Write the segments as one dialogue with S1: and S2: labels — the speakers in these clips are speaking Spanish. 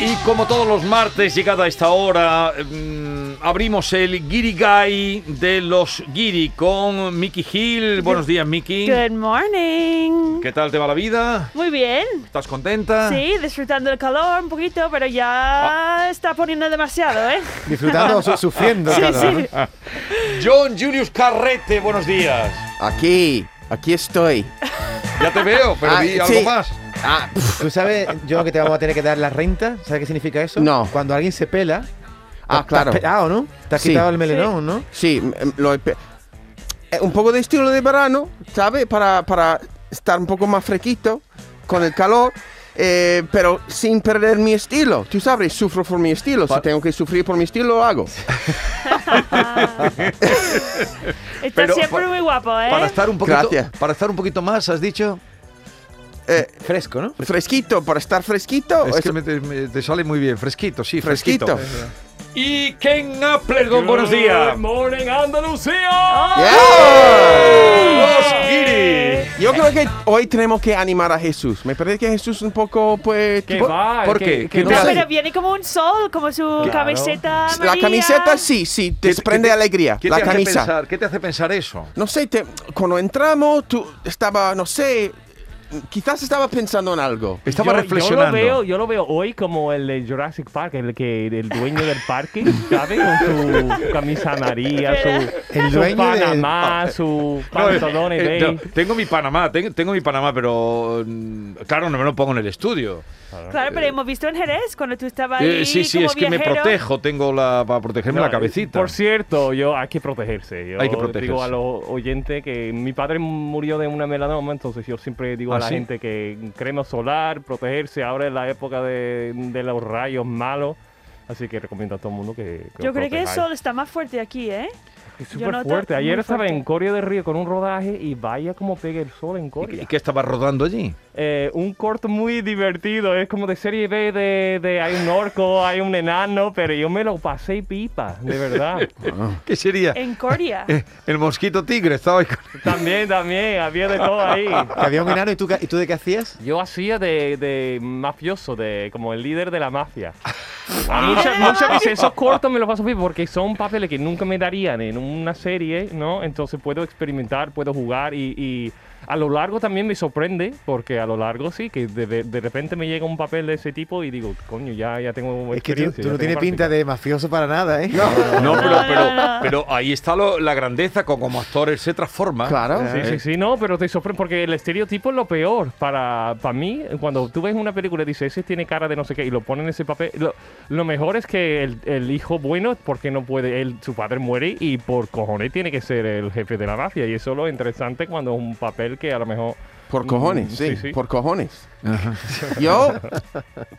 S1: Y como todos los martes, llegada a esta hora, mmm, abrimos el Giri Guy de los Giri con Mickey Hill. Buenos días, Mickey.
S2: Good morning.
S1: ¿Qué tal te va la vida?
S2: Muy bien.
S1: ¿Estás contenta?
S2: Sí, disfrutando el calor un poquito, pero ya ah. está poniendo demasiado, ¿eh?
S3: Disfrutando, sufriendo.
S2: sí, sí.
S1: John Julius Carrete, buenos días.
S4: Aquí, aquí estoy.
S1: Ya te veo, pero ah, di algo sí. más.
S2: ¿Eh?
S1: Ah,
S3: ¿Tú sabes, yo que te vamos a tener que dar la renta? ¿Sabes qué significa eso?
S4: No.
S3: Cuando alguien se pela.
S4: Ah, claro.
S3: Te has pelado, ¿no? Te has
S4: Sí.
S3: quitado el melenón, ¿no?
S4: Sí, lo he pe- eh, un poco de estilo de verano, ¿sabes? Para, para estar un poco más fresquito con el calor. eh, pero sin perder mi estilo, tú sabes, sufro por mi estilo. Si
S1: Pa-
S4: tengo que sufrir por mi estilo, lo hago.
S2: Está
S1: Pero
S2: siempre
S1: pa-
S2: muy guapo, ¿eh?
S1: Para estar un poquito,
S4: Gracias.
S1: para estar un poquito más, has dicho.
S4: Eh,
S3: Fresco, ¿no?
S4: fresquito, para estar fresquito.
S1: Es
S4: es-
S1: que me- te, me- te sale muy bien, fresquito, sí, fresquito.
S4: Fresquito.
S1: Y Ken Appler, don buenos días.
S5: morning, Andalucía.
S4: Yeah.
S1: Los Giri.
S4: Yo creo que hoy tenemos que animar a Jesús. Me parece que Jesús un poco, pues...
S5: ¿Qué
S4: tipo-
S5: va?
S1: ¿Por
S5: ¿Qué-
S1: qué?
S5: qué
S1: ¿Qué
S2: No,
S1: te
S4: hace?
S2: pero viene como un sol, como su camiseta.
S4: La
S2: amarilla.
S4: camiseta sí, sí,
S1: ¿Qué-
S4: desprende
S1: qué te-
S4: alegría.
S1: ¿Qué
S4: la
S1: te hace
S4: camisa.
S1: pensar- ¿Qué te hace pensar eso?
S4: No sé, te- cuando entramos, tú estaba, no sé, quizás estaba pensando en algo.
S1: Estaba
S5: yo,
S1: reflexionando.
S5: Yo lo, veo, yo lo veo hoy como el de Jurassic Park, el que el dueño del parque, ¿sabes? Con su camisa amarilla, su,
S3: El
S5: su
S3: dueño del-
S5: Panamá, su
S1: No, eh,
S5: pantalones
S1: eh,
S5: beige.
S1: no, tengo mi Panamá, tengo, tengo mi Panamá, pero mm, claro, no me lo pongo en el estudio.
S2: Claro, pero hemos visto en Jerez cuando tú estabas
S1: Eh,
S2: ahí.
S1: sí, sí,
S2: como
S1: es que me
S2: viajero.
S1: protejo, tengo la para protegerme la
S5: No, eh,
S1: cabecita.
S5: Por cierto, yo hay que protegerse. Yo
S1: Hay que
S5: Digo
S1: protegerse.
S5: a los oyentes que mi padre murió de una melanoma, entonces yo siempre digo
S1: ¿Ah,
S5: a la
S1: sí?
S5: gente que crema solar, protegerse. Ahora es la época de, de los rayos malos. Así que recomiendo a todo el mundo que. que
S2: Yo
S5: os
S2: creo que el
S5: protejáis.
S2: sol está más fuerte aquí, ¿eh?
S5: Es
S2: yo
S5: súper
S2: noto
S5: fuerte. Ayer
S2: muy
S5: estaba
S2: fuerte.
S5: en Coria del Río con un rodaje y vaya como pega el sol en
S1: ¿Y,
S5: Coria.
S1: y qué estaba rodando allí?
S5: Eh, un corto muy divertido, es como de serie B de, de hay un orco, hay un enano, pero yo me lo pasé pipa, de verdad.
S1: ¿Qué sería?
S2: En Coria.
S1: Eh, el mosquito tigre estaba ahí con-
S5: También, también, había de todo ahí.
S3: Que había un enano y tú, ca- y tú de qué hacías?
S5: Yo hacía de, de mafioso, de como el líder de la mafia.
S2: Ah.
S5: Muchas, muchas veces esos cortos me los paso bien porque son papeles que nunca me darían en una serie, ¿no? Entonces puedo experimentar, puedo jugar y, y a lo largo también me sorprende porque a lo largo sí, que de, de repente me llega un papel de ese tipo y digo, coño, ya, ya tengo
S3: Es que tú,
S5: experiencia.
S3: tú no tienes pinta de mafioso para nada, ¿eh?
S1: No, pero,
S2: no,
S1: pero,
S2: no.
S1: pero ahí está lo- la grandeza, como, como actor él se transforma. Eh,
S4: Claro.
S5: Sí, sí, sí, no, pero te sorprende porque el estereotipo es lo peor para, para mí. Cuando tú ves una película y dices, ese tiene cara de no sé qué, y lo ponen en ese papel, lo, lo mejor es que el, el hijo bueno, porque no puede, él, su padre muere y por cojones tiene que ser el jefe de la mafia. Y eso es lo interesante cuando es un papel que a lo mejor...
S4: Por
S5: Mm,
S4: cojones,
S5: sí,
S4: sí,
S5: sí.
S4: por cojones. Yo,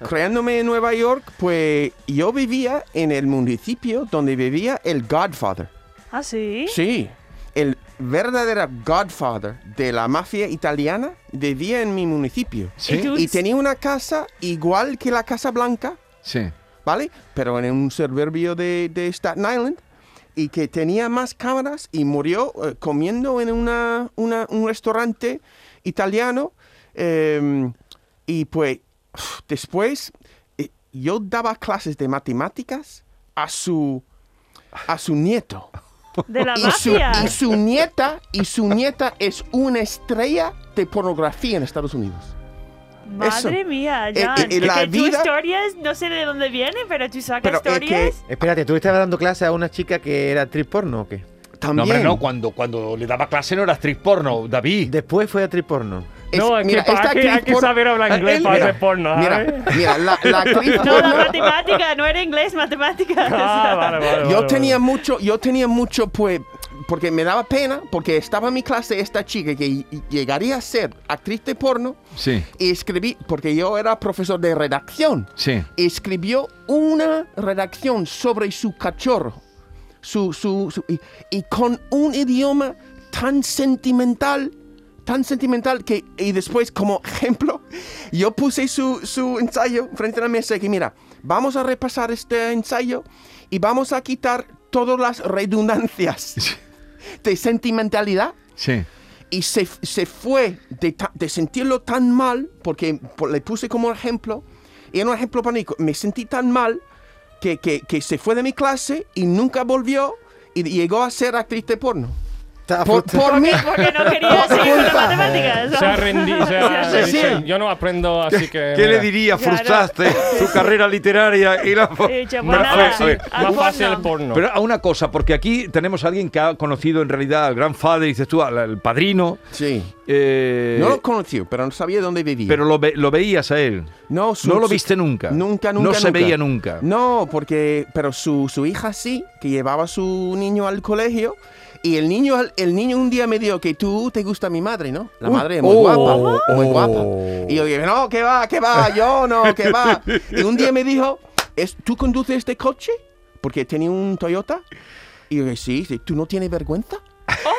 S4: creándome en Nueva York, pues yo vivía en el municipio donde vivía el Godfather.
S2: Ah, sí.
S4: Sí, el verdadero Godfather de la mafia italiana vivía en mi municipio.
S1: Sí.
S2: ¿Y tú?
S4: Y tenía una casa igual que la Casa Blanca,
S1: Sí.
S4: ¿vale? Pero en un suburbio de, de Staten Island y que tenía más cámaras y murió eh, comiendo en una, una- un restaurante italiano. eh, y pues después eh, yo daba clases de matemáticas a su, a su nieto.
S2: De la
S4: Y su,
S2: mafia.
S4: y su nieta y su nieta es una estrella de pornografía en Estados Unidos.
S2: Madre
S4: eso.
S2: mía,
S4: Eh,
S2: Jan.
S4: eh, eh, la
S2: que tus
S4: vida-
S2: historias, no sé de dónde vienen, pero tú sacas
S4: Pero
S1: eh,
S4: es que-
S2: historias.
S3: Espérate, ¿tú le estabas dando clase a una chica que era actriz porno o qué?
S4: También.
S1: No, hombre, no, cuando, cuando le daba clase no era actriz porno, David.
S3: Después fue actriz porno.
S5: No, es que, pa- hay que- hay que saber hablar inglés para hacer porno, ¿eh?".
S4: Mira,
S5: ¿sabes?
S4: mira, la, la actriz
S2: No, la
S4: porno-
S2: matemática, no era inglés, matemática.
S5: Ah, vale, vale, vale,
S4: yo
S5: vale.
S4: tenía mucho, yo tenía mucho, pues, porque me daba pena, porque estaba en mi clase esta chica que y- llegaría a ser actriz de porno
S1: Sí,
S4: y escribí, porque yo era profesor de redacción,
S1: sí.
S4: escribió una redacción sobre su cachorro, su, su, su- y, y con un idioma tan sentimental, tan sentimental que, y después como ejemplo, yo puse su, su ensayo frente a la mesa y que mira, vamos a repasar este ensayo y vamos a quitar todas las redundancias de sentimentalidad
S1: Sí.
S4: y se, se fue de, ta- de sentirlo tan mal, porque po- le puse como ejemplo, y era un ejemplo pánico, me sentí tan mal que, que, que se fue de mi clase y nunca volvió y llegó a ser actriz de porno.
S3: Está
S4: Por,
S3: frustrado.
S4: por mí.
S2: Porque no quería seguir con las matemáticas.
S5: Se ha rendido. se ha-
S4: Sí, sí.
S5: dice, Yo no aprendo, así que.
S1: ¿Qué le
S5: mira,
S1: diría?
S2: Claro.
S1: Frustraste su carrera literaria y la...
S2: Eh, chapo,
S1: No, a ver,
S2: nada.
S1: a ver.
S2: Al
S5: Más fácil el
S2: porno.
S5: porno.
S1: Pero a una cosa, porque aquí tenemos a alguien que ha conocido en realidad al gran padre, dices tú, al, al padrino.
S4: Sí.
S1: eh,
S4: No lo conocí, pero no sabía dónde vivía.
S1: pero lo, ve- lo veías a él.
S4: no, su-
S1: no lo
S4: su-
S1: viste nunca.
S4: Nunca,
S1: No
S4: nunca.
S1: se veía nunca.
S4: No, porque. Pero su, su hija sí, que llevaba a su niño al colegio. Y el niño, al- el niño un día me dijo que tú te gusta mi madre, ¿no? La madre es muy
S1: oh,
S4: guapa, muy
S1: oh.
S4: guapa. Y yo dije, no, que va, que va, yo no, que va. Y un día me dijo, "Es- ¿tú conduces este coche? Porque tenía un Toyota. Y yo dije, sí, sí, ¿tú no tienes vergüenza?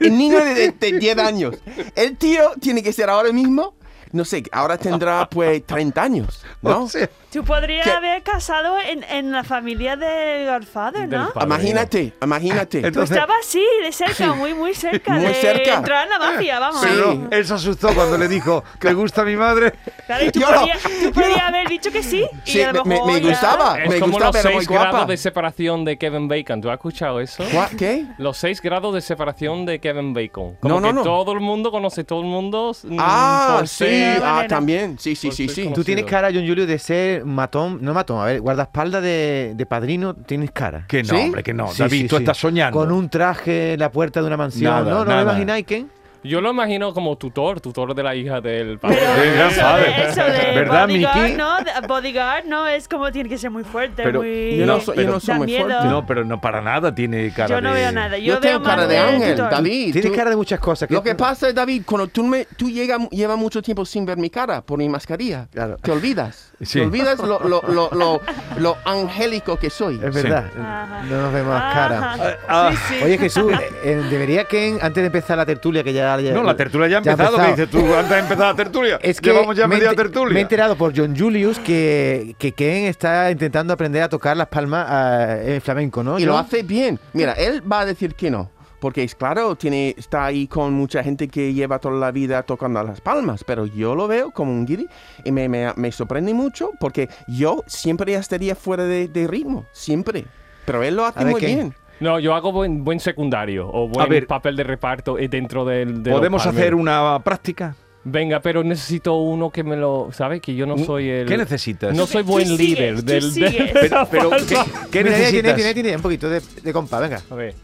S4: El niño de, de- de 10 años. El tío tiene que ser ahora mismo, no sé, ahora tendrá pues 30 años, ¿no?
S1: O sea,
S2: Tú podrías
S4: ¿Qué?
S2: haber casado en, en la familia de Godfather,
S5: Del
S2: ¿no?
S5: padrino.
S4: Imagínate, imagínate.
S2: Tú
S1: Entonces-
S2: estabas así, de cerca, muy, muy cerca.
S4: Muy
S2: de
S4: cerca.
S2: Entrar en la mafia, vamos.
S1: pero
S4: Sí.
S1: no, él se asustó cuando le dijo, ¿te gusta mi madre?
S2: Claro, y tú,
S4: Yo no.
S2: podías, tú podías haber dicho que sí. Y
S4: Sí,
S2: a lo
S4: me- me,
S2: mejor
S4: me
S2: ya-
S4: gustaba,
S5: Es
S4: Ah, me
S5: como
S4: gustaba,
S5: los
S4: pero muy
S5: 6
S4: guapa.
S5: grados de separación de Kevin Bacon. ¿Tú has escuchado eso?
S4: Gua- ¿Qué?
S5: Los 6 grados de separación de Kevin Bacon. Como
S4: No, no,
S5: que
S4: no.
S5: todo el mundo conoce todo el mundo. mm,
S4: Ah,
S5: por
S4: sí,
S5: ser-
S4: ah,
S2: manera.
S4: también, sí, sí,
S5: Por
S4: sí,
S5: ser
S4: sí.
S5: como-
S4: Tú-
S3: Tú tienes
S5: conocido.
S3: cara, John Julio, de ser matón. No matón, a ver, guardaespaldas de, de padrino, tienes cara.
S1: Que no,
S4: ¿Sí?
S1: hombre, que no.
S3: Sí,
S1: David,
S3: sí,
S1: tú
S3: sí.
S1: estás soñando.
S3: Con un traje en la puerta de una mansión.
S1: Nada,
S3: no, no
S1: nada.
S3: lo imagináis, ¿qué?
S5: Yo lo imagino como tutor, tutor de la hija del padre.
S2: Pero
S1: Del gran
S2: eso,
S1: padre.
S2: de, eso de
S1: ¿Verdad,
S2: bodyguard,
S1: Miki?
S2: ¿no? De- Bodyguard, ¿no? Es como tiene que ser muy fuerte,
S1: Pero
S2: muy...
S4: Yo no soy- yo
S1: pero-
S4: no soy
S2: da
S4: muy
S2: miedo.
S4: fuerte.
S1: No, pero no para nada tiene cara
S2: yo
S1: de...
S2: no veo nada. Yo,
S4: Yo,
S2: veo
S4: tengo cara
S2: más
S4: de
S2: del
S4: ángel,
S2: tutor.
S4: David.
S3: Tienes
S4: tú-
S3: cara de muchas cosas.
S4: Lo que pasa es, David, cuando tú, me, tú llega, llevas mucho tiempo sin ver mi cara por mi mascarilla,
S3: Claro.
S4: te olvidas.
S1: Sí.
S4: Te olvidas lo, lo, lo, lo, lo angélico que soy.
S3: Es verdad,
S2: Ajá.
S3: no nos vemos las caras.
S2: Ajá.
S1: Ah,
S2: Sí, sí.
S3: Oye Jesús, eh, eh, debería que en- antes de empezar la tertulia que ya, ya-
S1: No, la tertulia ya ha empezado,
S3: empezado.
S1: que dices tú, antes de empezar la tertulia.
S3: Es que
S1: Llevamos ya
S3: me he
S1: media
S3: enter-
S1: tertulia.
S3: Me he enterado por John Julius que, que Ken está intentando aprender a tocar las palmas ah, en flamenco, ¿no?
S4: Y lo
S3: John?
S4: hace bien. Mira, él va a decir que no. Porque es claro, tiene, está ahí con mucha gente que lleva toda la vida tocando las palmas, pero yo lo veo como un guiri y me, me- me sorprende mucho porque yo siempre estaría fuera de, de ritmo, siempre. Pero él lo hace
S3: A ver,
S4: muy
S3: ¿qué?
S4: bien.
S5: No, yo hago buen, buen secundario o buen
S1: ver.
S5: papel de reparto eh, dentro del. de los
S1: ¿Podemos
S5: palmeros.
S1: hacer una práctica?
S5: Venga, pero necesito uno que me lo. ¿Sabes? Que yo no soy el.
S1: ¿Qué necesitas?
S5: No soy
S2: Tú
S5: buen
S2: sigues,
S5: líder
S2: tú
S5: del. de-
S2: sigues.
S5: de esa
S1: Pero, Ah, ¿qué,
S5: palma.
S1: qué
S3: Mira, ya tiene,
S1: necesitas?
S3: tiene, tiene un poquito de, de compa, venga.
S5: A ver.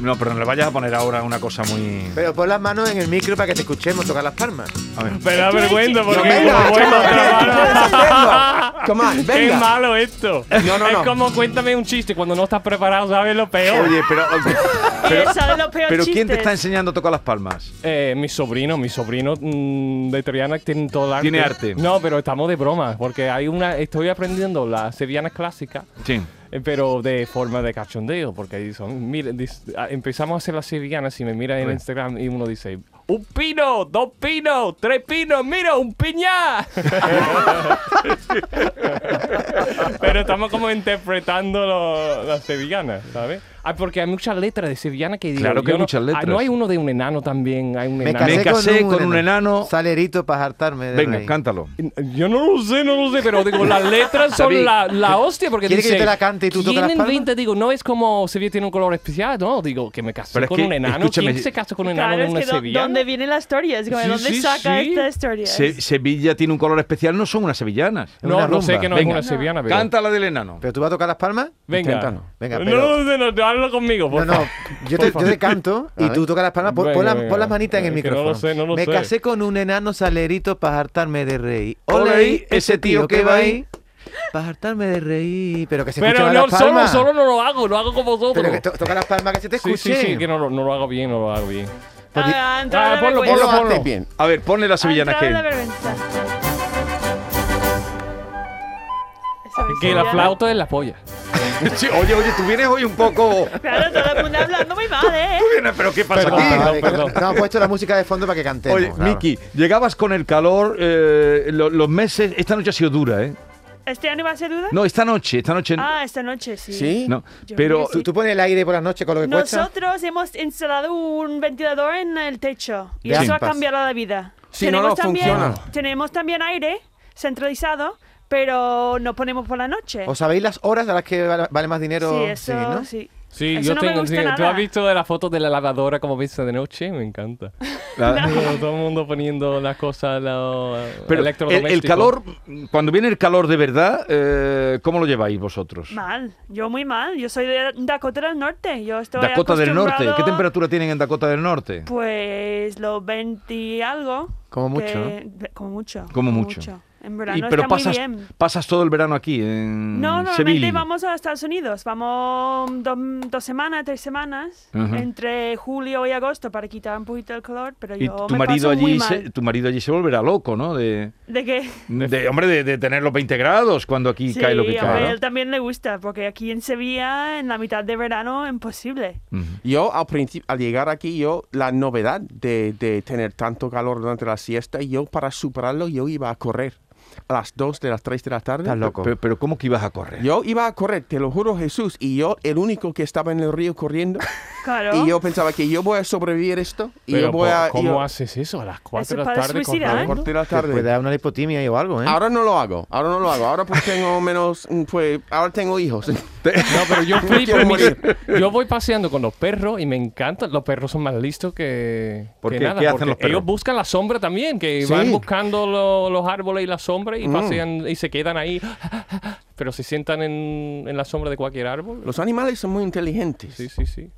S1: No, pero no le vayas a poner ahora una cosa muy...
S3: Pero pon las manos en el micro para que te escuchemos tocar las palmas.
S1: A ver.
S5: Me da
S2: Tú eres-
S5: vergüenza
S2: No,
S5: porque.
S4: venga,
S5: como
S4: venga,
S5: bueno,
S4: tú puedes hacerlo. Come on,
S5: Qué
S4: venga.
S5: malo esto.
S4: No, no,
S5: es
S4: no.
S5: como cuéntame un chiste cuando no estás preparado, ¿sabes lo peor?
S1: Oye, pero...
S2: Él sabe los peores
S1: pero ¿quién te está
S2: chistes.
S1: enseñando a tocar las palmas?
S5: Eh, mi sobrino, mi sobrino mm, de Triana tiene todo el arte.
S1: Tiene arte.
S5: No, pero estamos de broma, porque hay una, estoy aprendiendo las sevillanas clásicas,
S1: Sí.
S5: eh, pero de forma de cachondeo, porque dicen, mira, dis- ah, empezamos a hacer las sevillanas y me mira en
S1: Sí.
S5: Instagram y uno dice, un pino, dos pinos, tres pinos, mira, un piñá. pero estamos como interpretando lo- las sevillanas, ¿sabes? Ah, porque hay muchas letras de sevillana que digo,
S1: Claro que
S5: yo
S1: hay
S5: no-
S1: muchas letras.
S5: Ah, no hay uno de un enano también, hay un
S3: Me
S5: enano.
S3: casé,
S1: Me casé con un enano.
S3: Salerito para hartarme. de
S1: Venga,
S3: reír.
S1: cántalo.
S5: Yo no lo sé, no lo sé, pero digo, las letras son
S3: David,
S5: la, la hostia porque
S3: ¿quieres que
S5: dice,
S3: yo te la cante y tú
S5: ¿quién
S3: tocas las palmas?
S5: inventa? Digo, no es como Sevilla tiene un color especial, no, digo, que me casé
S1: Pero es
S5: con
S1: que,
S5: un enano.
S1: escúchame,
S5: ¿Quién se casó con un enano
S2: Claro,
S5: en
S2: es
S5: una
S2: que do-
S5: sevillana?
S2: ¿dónde viene la historia? Es como,
S5: Sí,
S2: ¿dónde
S5: sí,
S2: saca
S5: sí.
S2: esta historia? Ah,
S1: Se- Sevilla tiene un color especial, no son unas sevillanas.
S3: Es una
S5: No, no
S3: rumba.
S5: sé qué que no
S1: Venga.
S5: es una sevillana, pero.
S1: Canta la del enano.
S3: ¿Pero tú vas a tocar las palmas?
S5: Venga.
S4: Inténtalo.
S3: Venga, pero-
S5: no, no, no, habla conmigo,
S3: No,
S5: por
S3: no,
S5: favor.
S3: yo te, yo te canto y
S4: A
S3: tú
S4: ver.
S3: tocas las palmas. Pon, pon
S5: Venga,
S3: la-
S5: venga.
S3: pon las manitas en el
S5: Es que no
S3: micrófono.
S5: lo sé, no lo
S3: Me
S5: sé.
S3: casé con un enano salerito para hartarme de reír. Ole ahí, ese tío que va ahí, para hartarme de reír. Pero que se
S5: Pero
S3: escuchen
S5: no,
S3: las palmas.
S5: solo, solo no lo hago, lo hago con vosotros.
S3: Pero que to- toca las palmas que se te
S5: sí,
S3: escuchen.
S5: sí, sí, que no lo, no lo hago bien, no lo hago bien.
S3: Pues di-
S2: Ah, entrada de
S5: Ah, ponlo,
S4: Él
S2: vergüenza.
S4: lo
S5: ponlo.
S4: hace bien.
S1: A ver, ponle la sevillana
S2: Entrada de
S1: que.
S2: Ah, vergüenza. Esa
S5: Que
S2: sevillana.
S5: la flauta es la polla.
S1: Sí, oye, oye, tú vienes hoy un poco.
S2: Claro, todo el mundo hablando muy mal, ¿eh?
S1: Tú vienes, pero ¿qué pasa
S5: Perdón,
S1: aquí?
S3: Ah,
S5: perdón,
S3: vale,
S5: perdón.
S3: que- No, he puesto la música de fondo para que cantemos.
S1: Oye,
S3: claro.
S1: Miki, llegabas con el calor, eh, lo- los meses. Esta noche ha sido dura, ¿eh?
S2: ¿Este año va a ser duda?
S1: No, esta noche, esta noche.
S2: Ah, esta noche sí.
S4: Sí.
S1: no,
S2: yo
S1: pero.
S2: creo que
S3: ¿Tú, tú pones el aire por las noches con lo que cuesta?
S2: Nosotros hemos instalado un ventilador en el techo y
S3: De
S2: eso ha
S3: ampas.
S2: cambiado la vida.
S4: Sí, no, no,
S2: también,
S4: funciona.
S2: Tenemos también aire centralizado, pero no ponemos por la noche.
S3: ¿Os sabéis las horas a las que val- vale más dinero?
S2: sí, eso
S3: ¿no?
S2: sí.
S5: Sí,
S2: Eso
S5: yo
S2: no me
S5: tengo.
S2: gusta
S5: sí, ¿Tú
S2: nada.
S5: has visto de la foto de la lavadora como viste de noche? Me encanta.
S1: la-
S5: Todo el mundo poniendo las cosas, los
S1: pero el- el,
S5: electrodomésticos.
S1: calor, cuando viene el calor de verdad, eh, ¿cómo lo lleváis vosotros?
S2: Mal, yo muy mal. Yo soy de Dakota del Norte. Yo estoy
S1: Dakota del Norte, ¿qué
S2: acostumbrado,
S1: temperatura tienen en Dakota del Norte?
S2: Pues los 20 y algo.
S3: Como mucho,
S2: que- como mucho.
S1: Como mucho.
S2: En
S1: Y-
S2: verano
S1: pero
S2: está
S1: pasas,
S2: muy bien.
S1: pasas todo el verano aquí, en
S2: No, normalmente
S1: Mm, Sevilla.
S2: vamos a Estados Unidos. Vamos dos, dos semanas, tres semanas,
S1: Ajá.
S2: entre julio y agosto para quitar un poquito el calor, pero
S1: Y
S2: yo
S1: tu
S2: me
S1: marido,
S2: paso muy
S1: allí
S2: mal.
S1: se, tu marido allí se volverá loco, ¿no? De,
S2: De que...
S1: de- hombre, de, de tener los 20 grados cuando aquí
S2: Sí,
S1: cae lo que
S2: a ver,
S1: cae.
S2: él también le gusta, porque aquí en Sevilla, en la mitad de verano, imposible.
S1: Ujú.
S4: Yo al principio, al llegar aquí, yo la novedad de, de tener tanto calor durante la siesta, yo para superarlo, yo iba a correr a las 2 de las 3 de la tarde.
S3: Estás loco.
S1: Pero, pero ¿cómo que ibas a correr?
S4: Yo iba a correr, te lo juro Jesús, y yo el único que estaba en el río corriendo,
S2: Claro.
S4: y yo pensaba que yo voy a sobrevivir esto, y
S5: Pero,
S4: yo voy
S5: po-
S4: a...
S5: ¿Cómo
S4: yo-
S5: haces eso? A las 4
S2: Eso
S5: de la
S2: para ¿eh?
S5: tarde.
S2: suicidar.
S4: a las
S5: corriendo?
S4: cuatro de la
S3: Te puede
S4: tarde.
S3: dar una lipotimia o algo, ¿eh?
S4: Ahora no lo hago, ahora no lo hago, ahora pues tengo menos, mm, pues ahora tengo hijos.
S5: No, pero yo flipo.
S4: quiero
S5: mis-
S4: morir.
S5: yo voy paseando con los perros y me encantan. Los perros son más listos que,
S1: ¿Por
S5: que
S1: qué?
S5: nada.
S1: ¿Qué hacen
S5: porque
S1: los perros?
S5: Ellos buscan la sombra también, que
S4: Sí.
S5: van buscando lo- los árboles y la sombra
S1: Mm.
S5: y pasean y se quedan ahí. Pero se sientan en, en la sombra de cualquier árbol.
S4: Los animales son muy inteligentes.
S5: Sí, sí, sí.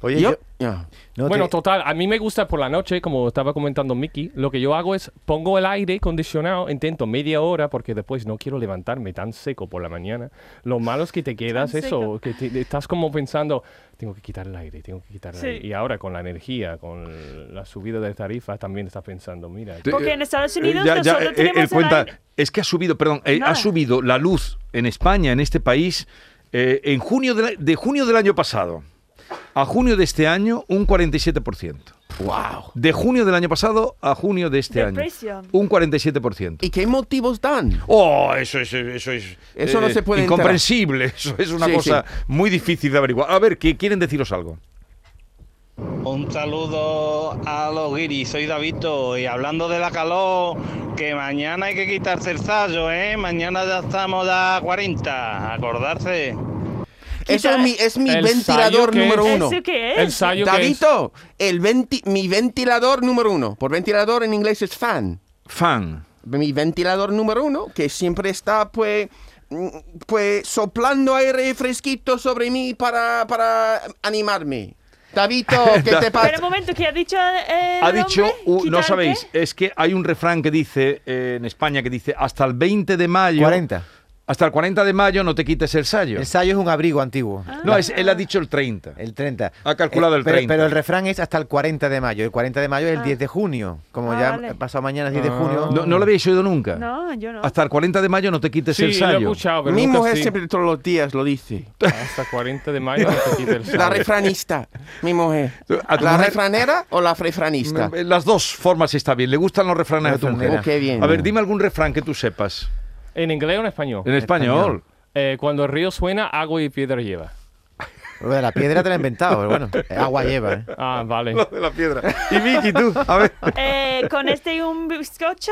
S3: Oye,
S4: Yo-
S3: yo-
S4: Ya.
S3: no
S5: bueno,
S3: te-
S5: total, a mí me gusta por la noche, como estaba comentando Mickey, lo que yo hago es pongo el aire acondicionado, intento media hora, porque después no quiero levantarme tan seco por la mañana. Lo malo es que te quedas
S2: Tan
S5: eso,
S2: seco.
S5: que te- estás como pensando, tengo que quitar el aire, tengo que quitar el
S2: Sí.
S5: aire. Y ahora con la energía, con la subida de tarifas, también estás pensando, mira,
S1: Te-
S2: Porque en Estados
S1: Eh,
S2: Unidos
S1: ya- ya,
S2: nosotros
S1: eh,
S2: tenemos
S1: él
S2: el
S1: cuenta,
S2: aire-
S1: es que ha subido, perdón, eh, ha
S2: Nada.
S1: subido la luz en España, en este país, eh, en junio de, de junio del año pasado a junio de este año un 47%.
S4: Wow.
S1: De junio del año pasado a junio de este
S2: De
S1: año
S2: precio.
S1: un 47%.
S4: ¿Y qué motivos dan?
S1: Oh, eso es, eso es, eh,
S4: Eso no se puede
S1: incomprensible. Eso es una
S4: Sí,
S1: cosa muy difícil de averiguar. A ver, que quieren deciros algo.
S6: Un saludo a los guiris, soy Davito y hablando de la calor, que mañana hay que quitarse el sallo, ¿eh? Mañana ya estamos a 40, acordarse.
S4: Eso es mi, es mi
S5: El
S4: ventilador
S5: sayo que-
S4: número uno.
S2: ¿Eso qué es?
S5: el sayo que es-
S4: Davito, el venti- mi ventilador número uno. Por ventilador en inglés es fan.
S1: Fan.
S4: Mi ventilador número uno, que siempre está pues, mm, pues soplando aire fresquito sobre mí para, para animarme. Davito, ¿qué te
S2: Pero un
S4: pasa?
S2: momento, ¿qué ha dicho eh, el
S1: Ha dicho,
S2: hombre?
S1: u- no
S2: ¿Quitar
S1: sabéis,
S2: qué?
S1: es que hay un refrán que dice eh, en España que dice hasta el 20 de mayo.
S3: 40.
S1: Hasta el 40 de mayo no te quites el sayo.
S3: El sayo es un abrigo antiguo.
S2: Ah.
S1: No, es- él ha dicho el 30.
S7: Ah.
S3: El 30.
S1: Ha calculado el
S3: pero,
S1: 30.
S3: Pero el refrán es hasta el 40 de mayo. El 40 de mayo es el
S2: Ah.
S3: 10 de junio. Como
S2: Ah,
S3: ya
S2: vale.
S3: ha pasado mañana es 10 de junio.
S1: Ah. No, no lo habéis oído nunca.
S2: No, yo no.
S1: Hasta el 40 de mayo no te quites
S5: sí,
S1: el
S5: lo he
S1: sayo.
S5: escuchado, pero
S4: Mi
S5: nunca
S4: mujer
S5: sí.
S4: siempre todos los días lo dice.
S5: Hasta 40 de mayo no te quita el
S4: La
S5: sayo.
S4: refranista, mi mujer.
S1: ¿A tu
S4: ¿La
S1: mujer?
S4: refranera o la refranista?
S1: Las dos formas está bien. Le gustan los refranes de tu mujer.
S4: Oh, qué bien.
S1: A ver, dime algún refrán que tú sepas.
S5: ¿En inglés o en español?
S1: En español.
S5: Eh, cuando el río suena, agua y piedra lleva.
S3: Lo de la piedra te la he inventado, pero bueno. Agua lleva, ¿eh?
S5: Ah, vale.
S1: Lo de la piedra. Y Vicky, tú. A ver.
S2: Eh, ¿Con este y un bizcocho?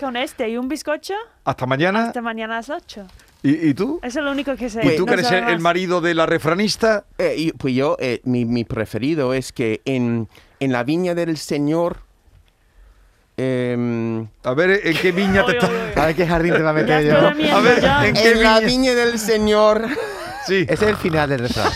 S2: ¿Con este y un bizcocho?
S1: Hasta mañana.
S2: Hasta Este Pues mañana a las 8.
S1: ¿Y, y tú?
S2: Eso es lo único que sé.
S1: ¿Y tú
S2: no
S1: que eres
S2: sabe
S1: el,
S2: más.
S1: el marido de la refranista?
S4: Eh, y- pues yo, eh, mi, mi preferido es que en, en la viña del Señor em,
S1: A ver en qué viña te
S2: Oye,
S1: está.
S2: oye, oye.
S3: A ver qué jardín te va a
S2: Ya
S3: meter
S2: estoy
S3: yo.
S2: durmiendo
S1: A ver,
S2: ya.
S5: este
S1: en- qué
S4: en la
S1: viña?
S4: viña del Señor.
S1: Sí.
S3: Ese es el final del refrán.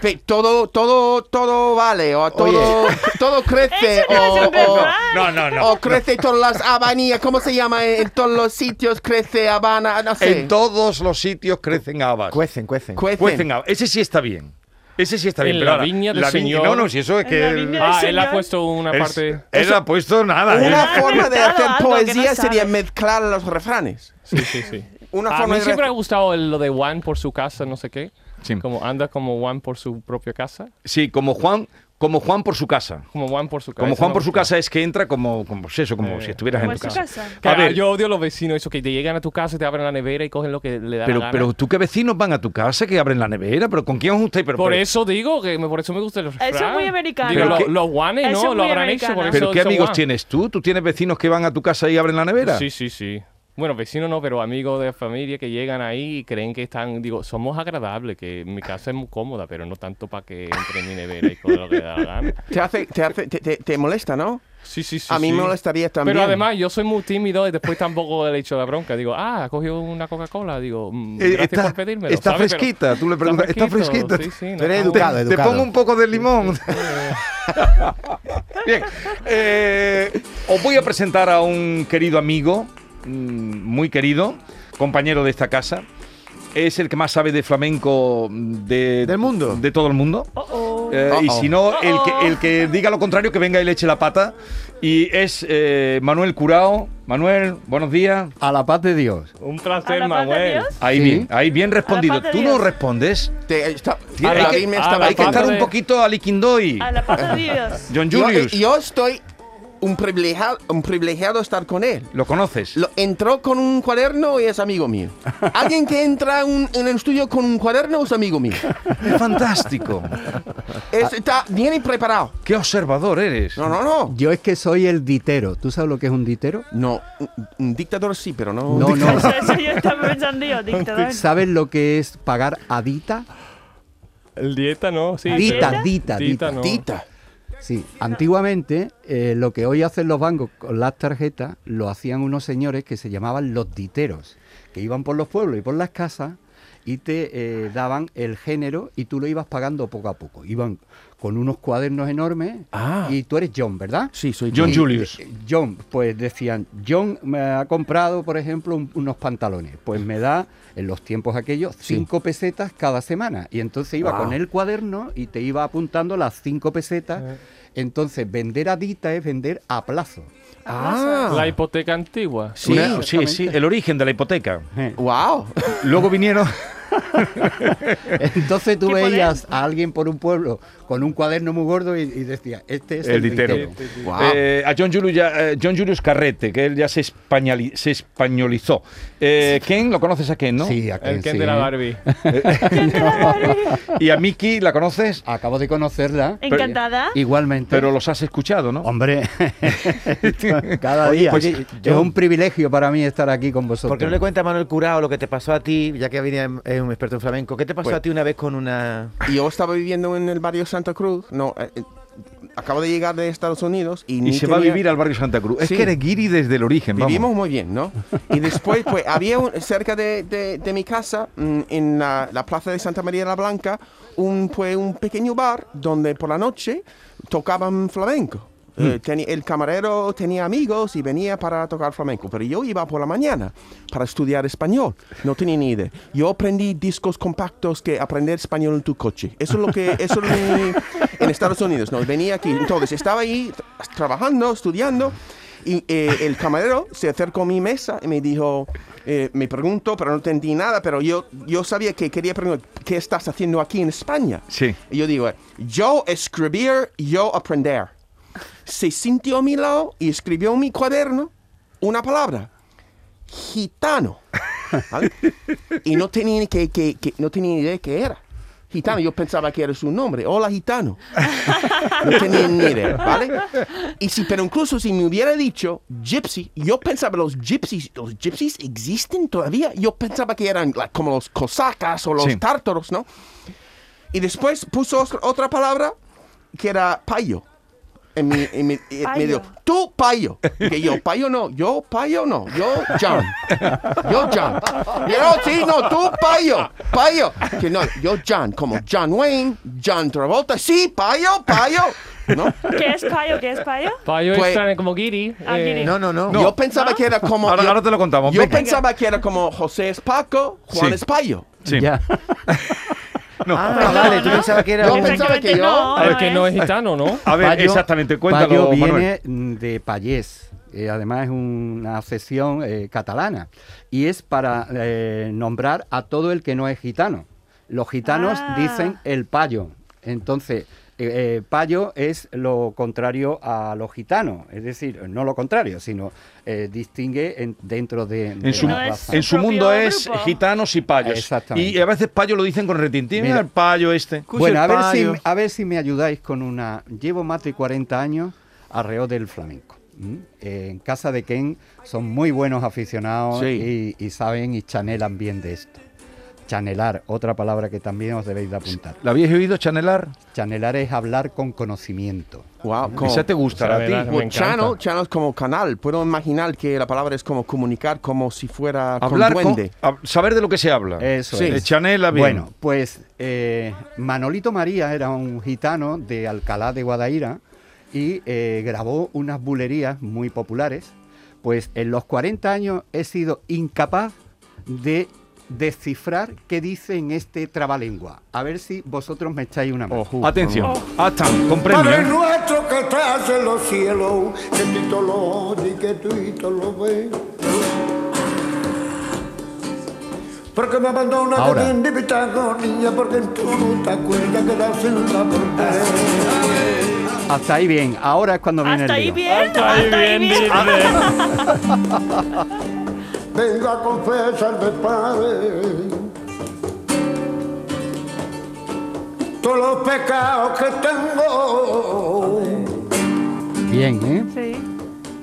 S4: Pe- todo, todo, todo vale, o todo, todo crece,
S2: Eso no
S4: o,
S2: es un
S4: o-
S2: refrán.
S1: No, no, no.
S4: o crece todas las habanías, ¿cómo se llama? En, en todos los sitios crece habana, no sé.
S1: En todos los sitios crecen habas.
S3: Cuecen, cuecen.
S4: Cuecen.
S1: Cuecen habas. Ese sí está bien. Ese sí está
S5: En
S1: bien.
S5: la
S1: pero ahora,
S5: viña del
S1: la
S5: Señor.
S1: No, no, si eso es
S2: En
S1: que.
S2: la
S1: él-
S2: viña del
S5: Ah, él ha
S2: Señor.
S5: pusto una
S1: él-
S5: parte.
S1: Él ha puesto nada. él-
S4: Una
S2: Ah,
S4: forma de
S2: inventado
S4: hacer
S2: algo que no
S4: poesía sería
S2: sabe.
S4: mezclar los refranes.
S5: Sí, sí, sí. Ah,
S4: Una
S5: a
S4: forma
S5: mí
S4: de
S5: siempre
S4: ref-
S5: ha gustado el- lo de Juan por su casa, no sé qué.
S1: Sí.
S5: Como anda como Juan por su propia casa.
S1: Sí, como Juan, como Juan por su casa.
S5: Como Juan por su casa.
S1: Como
S5: eso
S1: Juan
S5: me
S1: por su
S5: gusta. Eh,
S1: casa es que entra como, como pues eso, como si estuvieras
S2: Como
S1: en tu
S2: en su
S1: casa.
S2: casa.
S5: Claro,
S1: A ver,
S5: yo odio a los vecinos, eso que te llegan a tu casa, te abren la nevera y cogen lo que le da
S1: pero,
S5: la gana.
S1: pero tú qué vecinos van a tu casa que abren la nevera, pero ¿con quién os juntáis? Pero,
S5: por
S1: pero-
S5: eso digo, que me- por eso me gusta el refrán.
S2: muy americano.
S5: Digo,
S1: Pero
S5: lo-
S1: que-
S5: los guanes,
S2: Eso
S5: ¿no?
S2: es
S5: Lo
S2: muy
S5: habrán hecho. Por
S2: americano.
S5: eso,
S1: ¿Pero qué
S5: eso
S1: amigos
S5: Juan.
S1: tienes tú? ¿Tú tienes vecinos que van a tu casa y abren la nevera?
S5: Sí, sí, sí. Bueno, vecinos no, pero amigos de familia que llegan ahí y creen que están, digo, somos agradables, que mi casa es muy cómoda, pero no tanto para que entre en mi nevera y coja lo que le da la gana.
S4: Te, hace, te, hace- te, te- te molesta, ¿no?
S5: Sí, sí, sí.
S4: A mí
S5: sí.
S4: me molestaría también.
S5: Pero además, yo soy muy tímido y después tampoco le he hecho la bronca. Digo, ah, ha cogido una Coca-Cola. Digo, mm,
S1: Eh,
S5: gracias
S1: está-
S5: por pedírmelo.
S1: está
S5: ¿sabes? Pero-
S1: fresquita, tú le preguntas, ¿está
S5: fresquito,
S1: fresquita?
S5: Sí, sí, no
S3: Tú eres
S5: está
S3: educado.
S5: bueno.
S1: Te pongo un poco de limón. Bien. eh, os voy a presentar a un querido amigo, mm, muy querido, compañero de esta casa. Es el que más sabe de flamenco mm, de,
S3: Del mundo.
S1: De todo el mundo.
S2: Oh, oh.
S1: Eh, Y
S4: Uh-oh.
S1: si no, el que,
S2: Uh-oh.
S1: el que diga lo contrario, que venga y le eche la pata. Y es eh, Manuel Curao. Manuel, buenos días.
S7: A la paz de Dios.
S5: Un
S2: ¿A
S5: placer,
S2: la paz de
S5: Manuel.
S2: Dios?
S1: Ahí
S7: Sí.
S1: bien, ahí bien respondido.
S2: paz de
S1: Tú no
S2: Dios.
S1: respondes.
S4: Te- eh, está-
S1: Tío, hay
S4: David
S1: que- ah,
S4: me
S5: a
S4: estaba
S5: la
S1: Hay que
S5: paz
S4: diciendo.
S1: estar un
S5: de-
S1: poquito aliquindoy.
S2: A la paz de Dios.
S1: John
S4: Yo, eh,
S1: Julius.
S4: yo estoy un privilegiado, un privilegiado estar con él.
S1: ¿Lo conoces?
S4: Lo- entró con un cuaderno y es amigo mío. Alguien que entra un- en el estudio con un cuaderno es amigo mío.
S1: Es fantástico.
S4: Es- está, viene preparado.
S1: Qué observador eres.
S4: No, no, no.
S7: Yo es que soy el ditero. ¿Tú sabes lo que es un ditero?
S4: No, un, un dictador sí, pero no.
S7: No, no.
S2: Eso, eso yo estaba pensando yo, dictador.
S7: ¿Sabes lo que es pagar a dita?
S5: El dieta no, sí.
S7: Dita,
S5: pero-
S7: dita, dita.
S5: no.
S4: Dicta.
S7: Sí, antiguamente eh, lo que hoy hacen los bancos con las tarjetas lo hacían unos señores que se llamaban los diteros, que iban por los pueblos y por las casas y te eh, daban el género y tú lo ibas pagando poco a poco. Iban con unos cuadernos enormes y tú eres John, ¿verdad?
S4: Sí, soy
S1: John
S7: Y,
S1: Julius.
S7: eh, John, pues decían, John me ha comprado, por ejemplo, un- unos pantalones. Pues me da, en los tiempos aquellos, cinco pesetas cada semana. Y entonces iba con el cuaderno y te iba apuntando las cinco pesetas. Entonces, vender a dita es vender a plazo.
S4: Ah,
S5: La hipoteca antigua.
S4: Sí.
S1: Una- sí,
S7: exactamente.
S1: sí, el origen de la hipoteca.
S4: Wow.
S1: Luego vinieron.
S7: Entonces tú
S2: Qué
S7: veías a alguien por un pueblo con un cuaderno muy gordo y, y decía, este es
S1: El
S7: el,
S1: ditero.
S7: ditero.
S4: wow.
S1: eh, a John Julius, ya- eh, John Julius Carrete, que él ya se, españali- se españolizó. Eh, Ken, lo conoces a Ken, ¿no? Eh,
S7: Sí, a
S5: El
S7: que
S5: que
S7: sí.
S5: de la Barbie.
S1: Y a Mickey, ¿la conoces?
S7: Acabo de conocerla.
S2: Encantada.
S7: Igualmente.
S1: Pero los has escuchado, ¿no?
S7: Hombre, cada
S1: Oye,
S7: día.
S1: pues,
S7: es un privilegio para mí estar aquí con vosotros.
S3: ¿Por qué no le cuenta a Manuel Curao lo que te pasó a ti, ya que venía es un experto en flamenco? ¿Qué te pasó
S4: Pues-
S3: a ti una vez con una
S4: Y yo estaba viviendo en el barrio Santa Cruz. No, eh, eh, acabo de llegar de Estados Unidos y,
S1: Y
S4: ni
S1: se va a
S4: tenía-
S1: vivir al barrio Santa Cruz. Es
S4: Sí.
S1: que eres guiri desde el origen, vamos.
S4: Vivimos muy bien, ¿no? Y después, pues, había un- cerca de, de- de mi casa, mm, en la, la plaza de Santa María la Blanca, un, pues, un pequeño bar donde por la noche tocaban flamenco. Eh, teni- el camarero tenía amigos y venía para tocar flamenco, pero yo iba por la mañana para estudiar español. No tenía ni idea. Yo aprendí discos compactos que aprender español en tu coche. Eso es lo que eso es mi- en Estados Unidos. No, venía aquí. Entonces estaba ahí tra- trabajando, estudiando. Y eh, el camarero se acercó a mi mesa y me dijo, eh, me preguntó, pero no entendí nada, pero yo, yo sabía que quería preguntar, ¿qué estás haciendo aquí en España?
S1: Sí.
S4: Y yo digo, eh, yo escribir, yo aprender. Se sintió a mi lado y escribió en mi cuaderno una palabra, gitano. ¿vale? y no tenía, ni que, que- que- no tenía ni idea qué era. Gitano, yo pensaba que era su nombre. Hola, gitano. No tenía ni idea, ¿vale? Y si, pero incluso si me hubiera dicho gypsy, yo pensaba los gypsies, los gypsies existen todavía. Yo pensaba que eran like, como los cosacas o los
S1: Sí.
S4: tártaros, ¿no? Y después puso os- otra palabra que era payo. en mi, en mi- y
S2: Payo.
S4: me dijo, tú payo. Que yo, payo no, yo payo no, yo John. Yo John. Y yo, no, sí, no, tú payo, payo. Que no, yo John, como John Wayne, John Travolta, sí, payo, payo. ¿No?
S2: ¿Qué es payo? ¿Qué es payo?
S5: Payo
S4: Pues-
S5: extraña como Giri.
S2: Ah,
S5: eh,
S2: guiri.
S3: No, no, no.
S4: Yo pensaba que era como.
S1: Ahora-
S4: yo,
S1: ahora te lo contamos,
S4: Yo
S1: venga.
S4: pensaba que era como José es Paco, Juan
S1: Sí.
S4: es payo.
S1: Sí.
S7: Ya.
S1: No.
S3: Ah, vale, yo
S2: ¿no?
S3: pensaba que era.
S4: Yo
S3: un-
S4: pensaba- que
S2: Exactamente,
S4: yo-
S2: no,
S5: A ver,
S2: no
S5: que no es gitano, ¿no?
S1: A ver,
S7: Payo-
S1: exactamente,
S7: Payo
S1: cuéntalo, Manuel.
S7: viene mm, de Payés. eh, además es una sección eh, catalana. Y es para eh, nombrar a todo el que no es gitano. Los gitanos
S2: Ah.
S7: dicen el payo. Entonces, eh, eh, payo es lo contrario a los gitanos. Es decir, no lo contrario, sino eh, distingue en- dentro de, de
S1: En su,
S7: la
S2: No es
S7: raza.
S1: en su
S2: propio
S1: mundo es
S2: grupo.
S1: gitanos y payos.
S7: Exactamente.
S1: Y a veces payo lo dicen con retintín. Mira
S7: Mira.
S1: el payo este.
S3: Escucha
S7: Bueno, a
S3: el
S7: ver, si,
S3: payo.
S7: a ver si me ayudáis con una. Llevo más de 40 años alrededor del flamenco. ¿m? Eh, En casa de Ken son muy buenos aficionados
S4: Sí.
S7: y, y saben y chanelan bien de esto. Chanelar, otra palabra que también os debéis de apuntar.
S1: ¿La habías oído, Chanelar?
S7: Chanelar es hablar con conocimiento.
S4: Wow,
S1: Esa te gustará a ti.
S5: Chanelar. Me
S4: Bueno,
S5: encanta.
S4: channel, channel es como canal. Puedo imaginar que la palabra es como comunicar, como si fuera
S1: Hablar
S4: con duende.
S1: con- a- saber de lo que se habla.
S7: Eso
S4: Sí.
S7: es.
S1: Eh, Chanela bien.
S7: Bueno, pues eh, Manolito María era un gitano de Alcalá de Guadaira y eh, grabó unas bulerías muy populares. Pues en los 40 años he sido incapaz de descifrar qué dice en este trabalengua. A ver si vosotros me echáis una mano.
S1: Atención. Ah, Hasta, comprendo.
S8: Padre
S1: ¿eh?
S8: nuestro que estás en los cielos, que tú lo oyes y que tú lo ves. Porque me abandona
S7: Ahora.
S8: que tiene mi agonía, porque tú no te acuerdas que la celda por
S7: Ah, Hasta ahí bien. Ahora es cuando viene
S2: Hasta
S7: el
S2: ahí
S7: lío.
S2: bien, hasta ahí Ah, bien.
S8: Vengo a confesarme, Padre. Todos los pecados que tengo,
S7: Bien, ¿eh?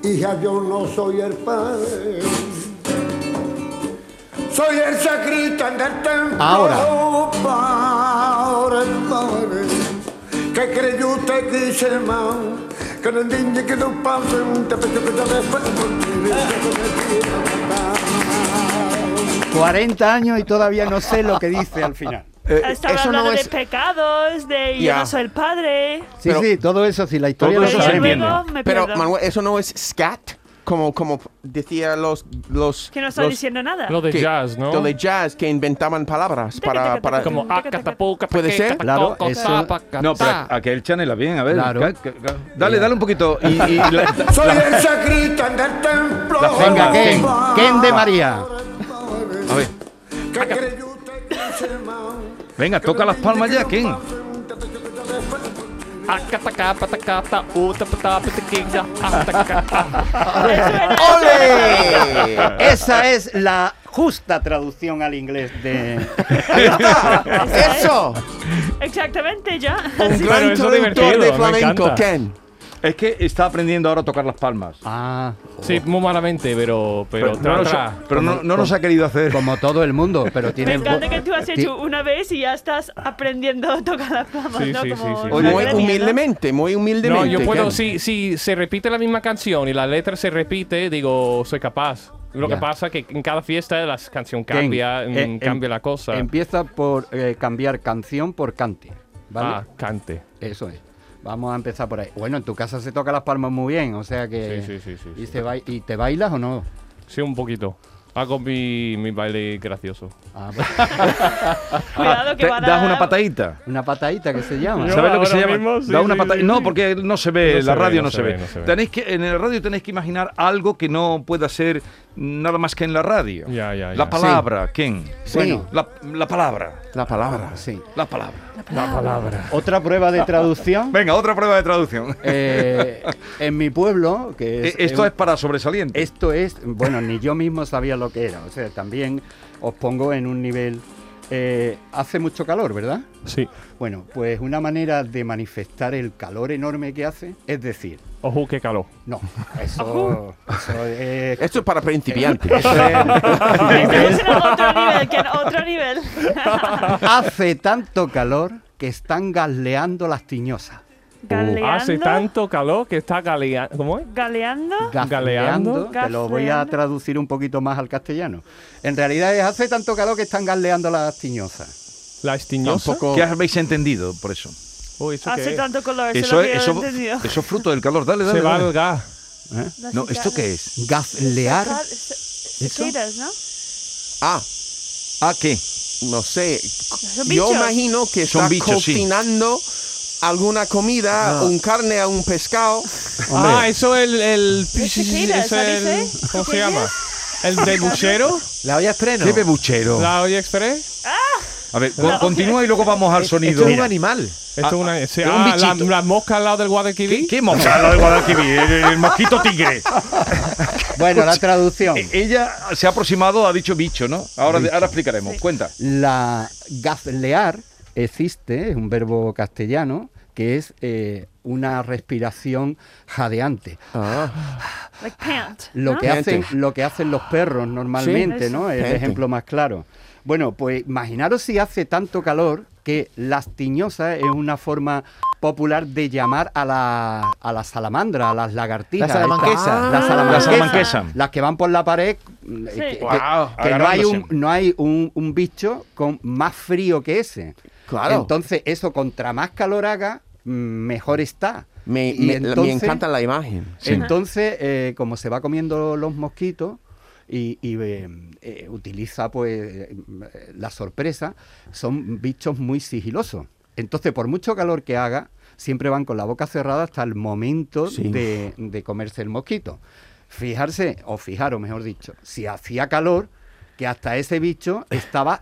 S2: Sí.
S8: hija, yo no soy el Padre. Soy el sacristán del templo,
S7: Ahora.
S8: Padre, Padre. Que creyó usted que hice mal, que no entiende que no pase un tapete que te después porque
S7: 40 años y todavía no sé lo que dice al final.
S4: Eh,
S2: Estaba
S4: eso
S2: hablando
S4: no
S2: de
S4: es.
S2: pecados, de yo
S4: Ya.
S2: no soy el padre.
S7: Sí,
S4: Pero-
S7: sí, todo eso, si la historia
S1: Todo
S7: la
S1: eso
S2: Pero
S1: se
S2: yo
S7: sabemos.
S1: entiende.
S2: luego me
S4: Pero
S2: pierdo.
S4: Manuel, eso no es scat, como como decía los los
S2: que no estoy
S4: los-
S2: diciendo nada.
S5: Lo de
S4: que-
S5: jazz, ¿no?
S4: lo de jazz que inventaban palabras para para
S5: Como
S2: Taca, taca, taca.
S5: acatapuca,
S4: ¿Puede
S5: paque,
S4: ser?
S5: tapaco,
S7: Claro,
S5: coca,
S7: eso-
S5: paca,
S1: No, pero
S5: ta.
S1: aquel Chanela bien, a ver.
S7: Claro.
S1: ca- ca- ca- Dale, dale un poquito. Y, y la-
S8: Soy el sacristán del templo.
S1: La
S7: Venga,
S1: Venga,
S7: Ken, Ken de María.
S1: a ver. Venga, toca las palmas ya, Ken.
S5: Acataca, pataca, ta, u, ta, pata, petequilla, ataca, ah, ta.
S4: ¡Ole!
S7: Esa es la justa traducción al inglés de...
S4: ¡Eso!
S2: Exactamente, ya.
S4: Un
S5: Sí, pero
S4: gran
S5: eso
S4: traductor
S5: divertido,
S4: de
S5: me
S4: flamenco,
S5: encanta.
S4: Ken.
S1: Es que está aprendiendo ahora a tocar las palmas.
S7: Ah, pues,
S5: Sí, muy malamente, pero. Pero.
S1: no,
S5: tra,
S1: nos
S5: tra.
S1: ha, pero no- no nos ha querido hacer. Ah,
S7: como todo el mundo, pero
S2: Me
S7: tiene...
S2: encanta que tú has
S7: ti-
S2: hecho una vez y ya estás aprendiendo a tocar las palmas,
S5: Sí,
S2: ¿no?
S5: sí, sí,
S2: Como
S5: sí.
S2: una
S4: Muy
S2: academia, ¿no?
S4: humildemente, muy
S5: No,
S4: humildemente.
S5: yo puedo,
S4: Ken.
S5: si, si se repite la misma canción y la letra se repite, digo, soy capaz. Lo
S7: Ya.
S5: que pasa es que en cada fiesta la canción
S7: Ken,
S5: cambia, mm,
S7: eh, em-
S5: cambia la cosa.
S7: Empieza por eh, cambiar canción por cante,
S5: Ah,
S7: ¿vale?
S5: cante.
S7: Eso es. Vamos a empezar por ahí. Bueno, en tu casa se toca las palmas muy bien, o sea que...
S5: Sí, sí, sí, sí,
S7: ¿Y,
S5: sí.
S7: se bai- ¿y te bailas o no?
S5: Sí, un poquito. Hago mi, mi baile gracioso.
S7: Ah, pues,
S2: Cuidado que
S1: Ah, Te-
S2: va a dar...
S1: das una patadita.
S7: una patadita que se llama.
S5: Yo
S1: ¿Sabes lo que se
S5: ahora
S1: llama?
S5: mismo, sí,
S1: da una
S5: sí,
S1: pata-
S5: sí.
S1: No, porque no se ve,
S5: No
S1: la
S5: se ve,
S1: radio
S5: no
S1: no,
S5: se
S1: se ve.
S5: ve, no se ve.
S1: Tenéis que, en el radio tenéis que imaginar algo que no pueda ser nada más que en la radio.
S5: Ya, ya,
S1: La
S5: ya.
S1: palabra, ¿quién?
S7: Sí.
S1: La, la palabra,
S4: La palabra.
S7: Ah, Sí.
S1: la palabra.
S7: Otra prueba de traducción.
S1: Venga, otra prueba de traducción.
S7: eh, en mi pueblo, que
S1: Eh,
S7: es...
S1: Esto
S7: un-
S1: es para sobresaliente.
S7: Esto es, bueno, ni yo mismo sabía lo que era. O sea, también os pongo en un nivel. eh, hace mucho calor, ¿verdad?
S5: Sí.
S7: Bueno, pues una manera de manifestar el calor enorme que hace es decir,
S5: Ojo, qué calor.
S7: no, eso, eso es.
S4: Esto es para principiantes.
S7: eso es-
S2: Estamos en otro nivel, que en otro nivel.
S7: hace tanto calor que están gasleando las tiñosas.
S2: Galeando.
S5: Hace Ah, tanto calor que está galeando. ¿Cómo es?
S2: Galeando.
S5: Galeando.
S7: Te lo voy a
S2: Galeando.
S7: traducir un poquito más al castellano. En realidad es hace tanto calor que están galeando las tiñosas.
S5: La estiñosa.
S4: Tampoco-
S1: ¿Qué habéis entendido por eso?
S5: Uy, ¿eso qué
S2: Hace
S5: es?
S2: tanto color. Eso, es lo
S1: Eso
S2: que
S1: es,
S2: yo
S1: eso,
S2: no he entendido.
S1: eso es fruto del calor. Dale, dale.
S5: Se va
S1: dale.
S5: al gas.
S1: No, ¿esto qué es?
S7: Gazlear.
S2: Cicadas, ¿no?
S4: Ah,
S1: ¿Ah, qué?
S4: no sé.
S2: Son
S4: Yo
S2: bichos.
S4: imagino que
S1: Son
S4: está
S1: bichos, sí.
S4: cocinando alguna comida, un carne a un pescado.
S5: Ah, eso es el. el
S2: cicadas,
S5: eso es el-
S2: ¿sabes?
S5: ¿Cómo se llama? ¿El del buchero?
S3: La olla estreno.
S1: ¿Qué bebuchero?
S5: ¿La Oye Express?
S1: A ver, con- continúa y luego vamos al sonido.
S3: Esto es un
S1: Mira,
S3: animal.
S5: Esto es una. sí,
S1: es un
S5: ah, la,
S1: bichito.
S5: la mosca al lado del Guadalquivir.
S1: ¿Qué mosca la de Guadalquivir? El, el mosquito tigre.
S7: Bueno, la traducción.
S1: E- Ella se ha aproximado, ha dicho bicho, ¿no? Ahora, ahora explicaremos. Cuenta.
S7: La gazlear existe, es un verbo castellano, que es eh, una respiración jadeante.
S2: Like pant.
S7: Lo,
S2: ¿no?
S7: que hacen, lo que hacen los perros normalmente,
S2: Sí.
S7: ¿no? Es el
S4: Gente.
S7: ejemplo más claro. Bueno, pues imaginaros si hace tanto calor que las tiñosas es una forma popular de llamar a la, a la salamandra, a las lagartijas.
S3: La salamanquesa.
S7: Estas- las
S1: La
S7: salamanquesas.
S1: salamanquesa.
S7: Las que van por la pared. mm,
S2: Sí.
S7: que- que-
S1: Guau,
S7: que no hay, un,
S1: agarrándose.
S7: no hay un, un bicho con más frío que ese.
S4: Claro.
S7: Entonces, eso contra más calor haga, mm, mejor está.
S4: Me,
S7: Y
S4: me- me
S7: entonces-
S4: encanta la imagen.
S7: Entonces, eh, como se va comiendo los mosquitos y, y, eh, eh, utiliza pues eh, la sorpresa, son bichos muy sigilosos. Entonces, por mucho calor que haga, siempre van con la boca cerrada hasta el momento
S4: Sí.
S7: de, de comerse el mosquito. Fijarse, o fijaros mejor dicho, si hacía calor, que hasta ese bicho estaba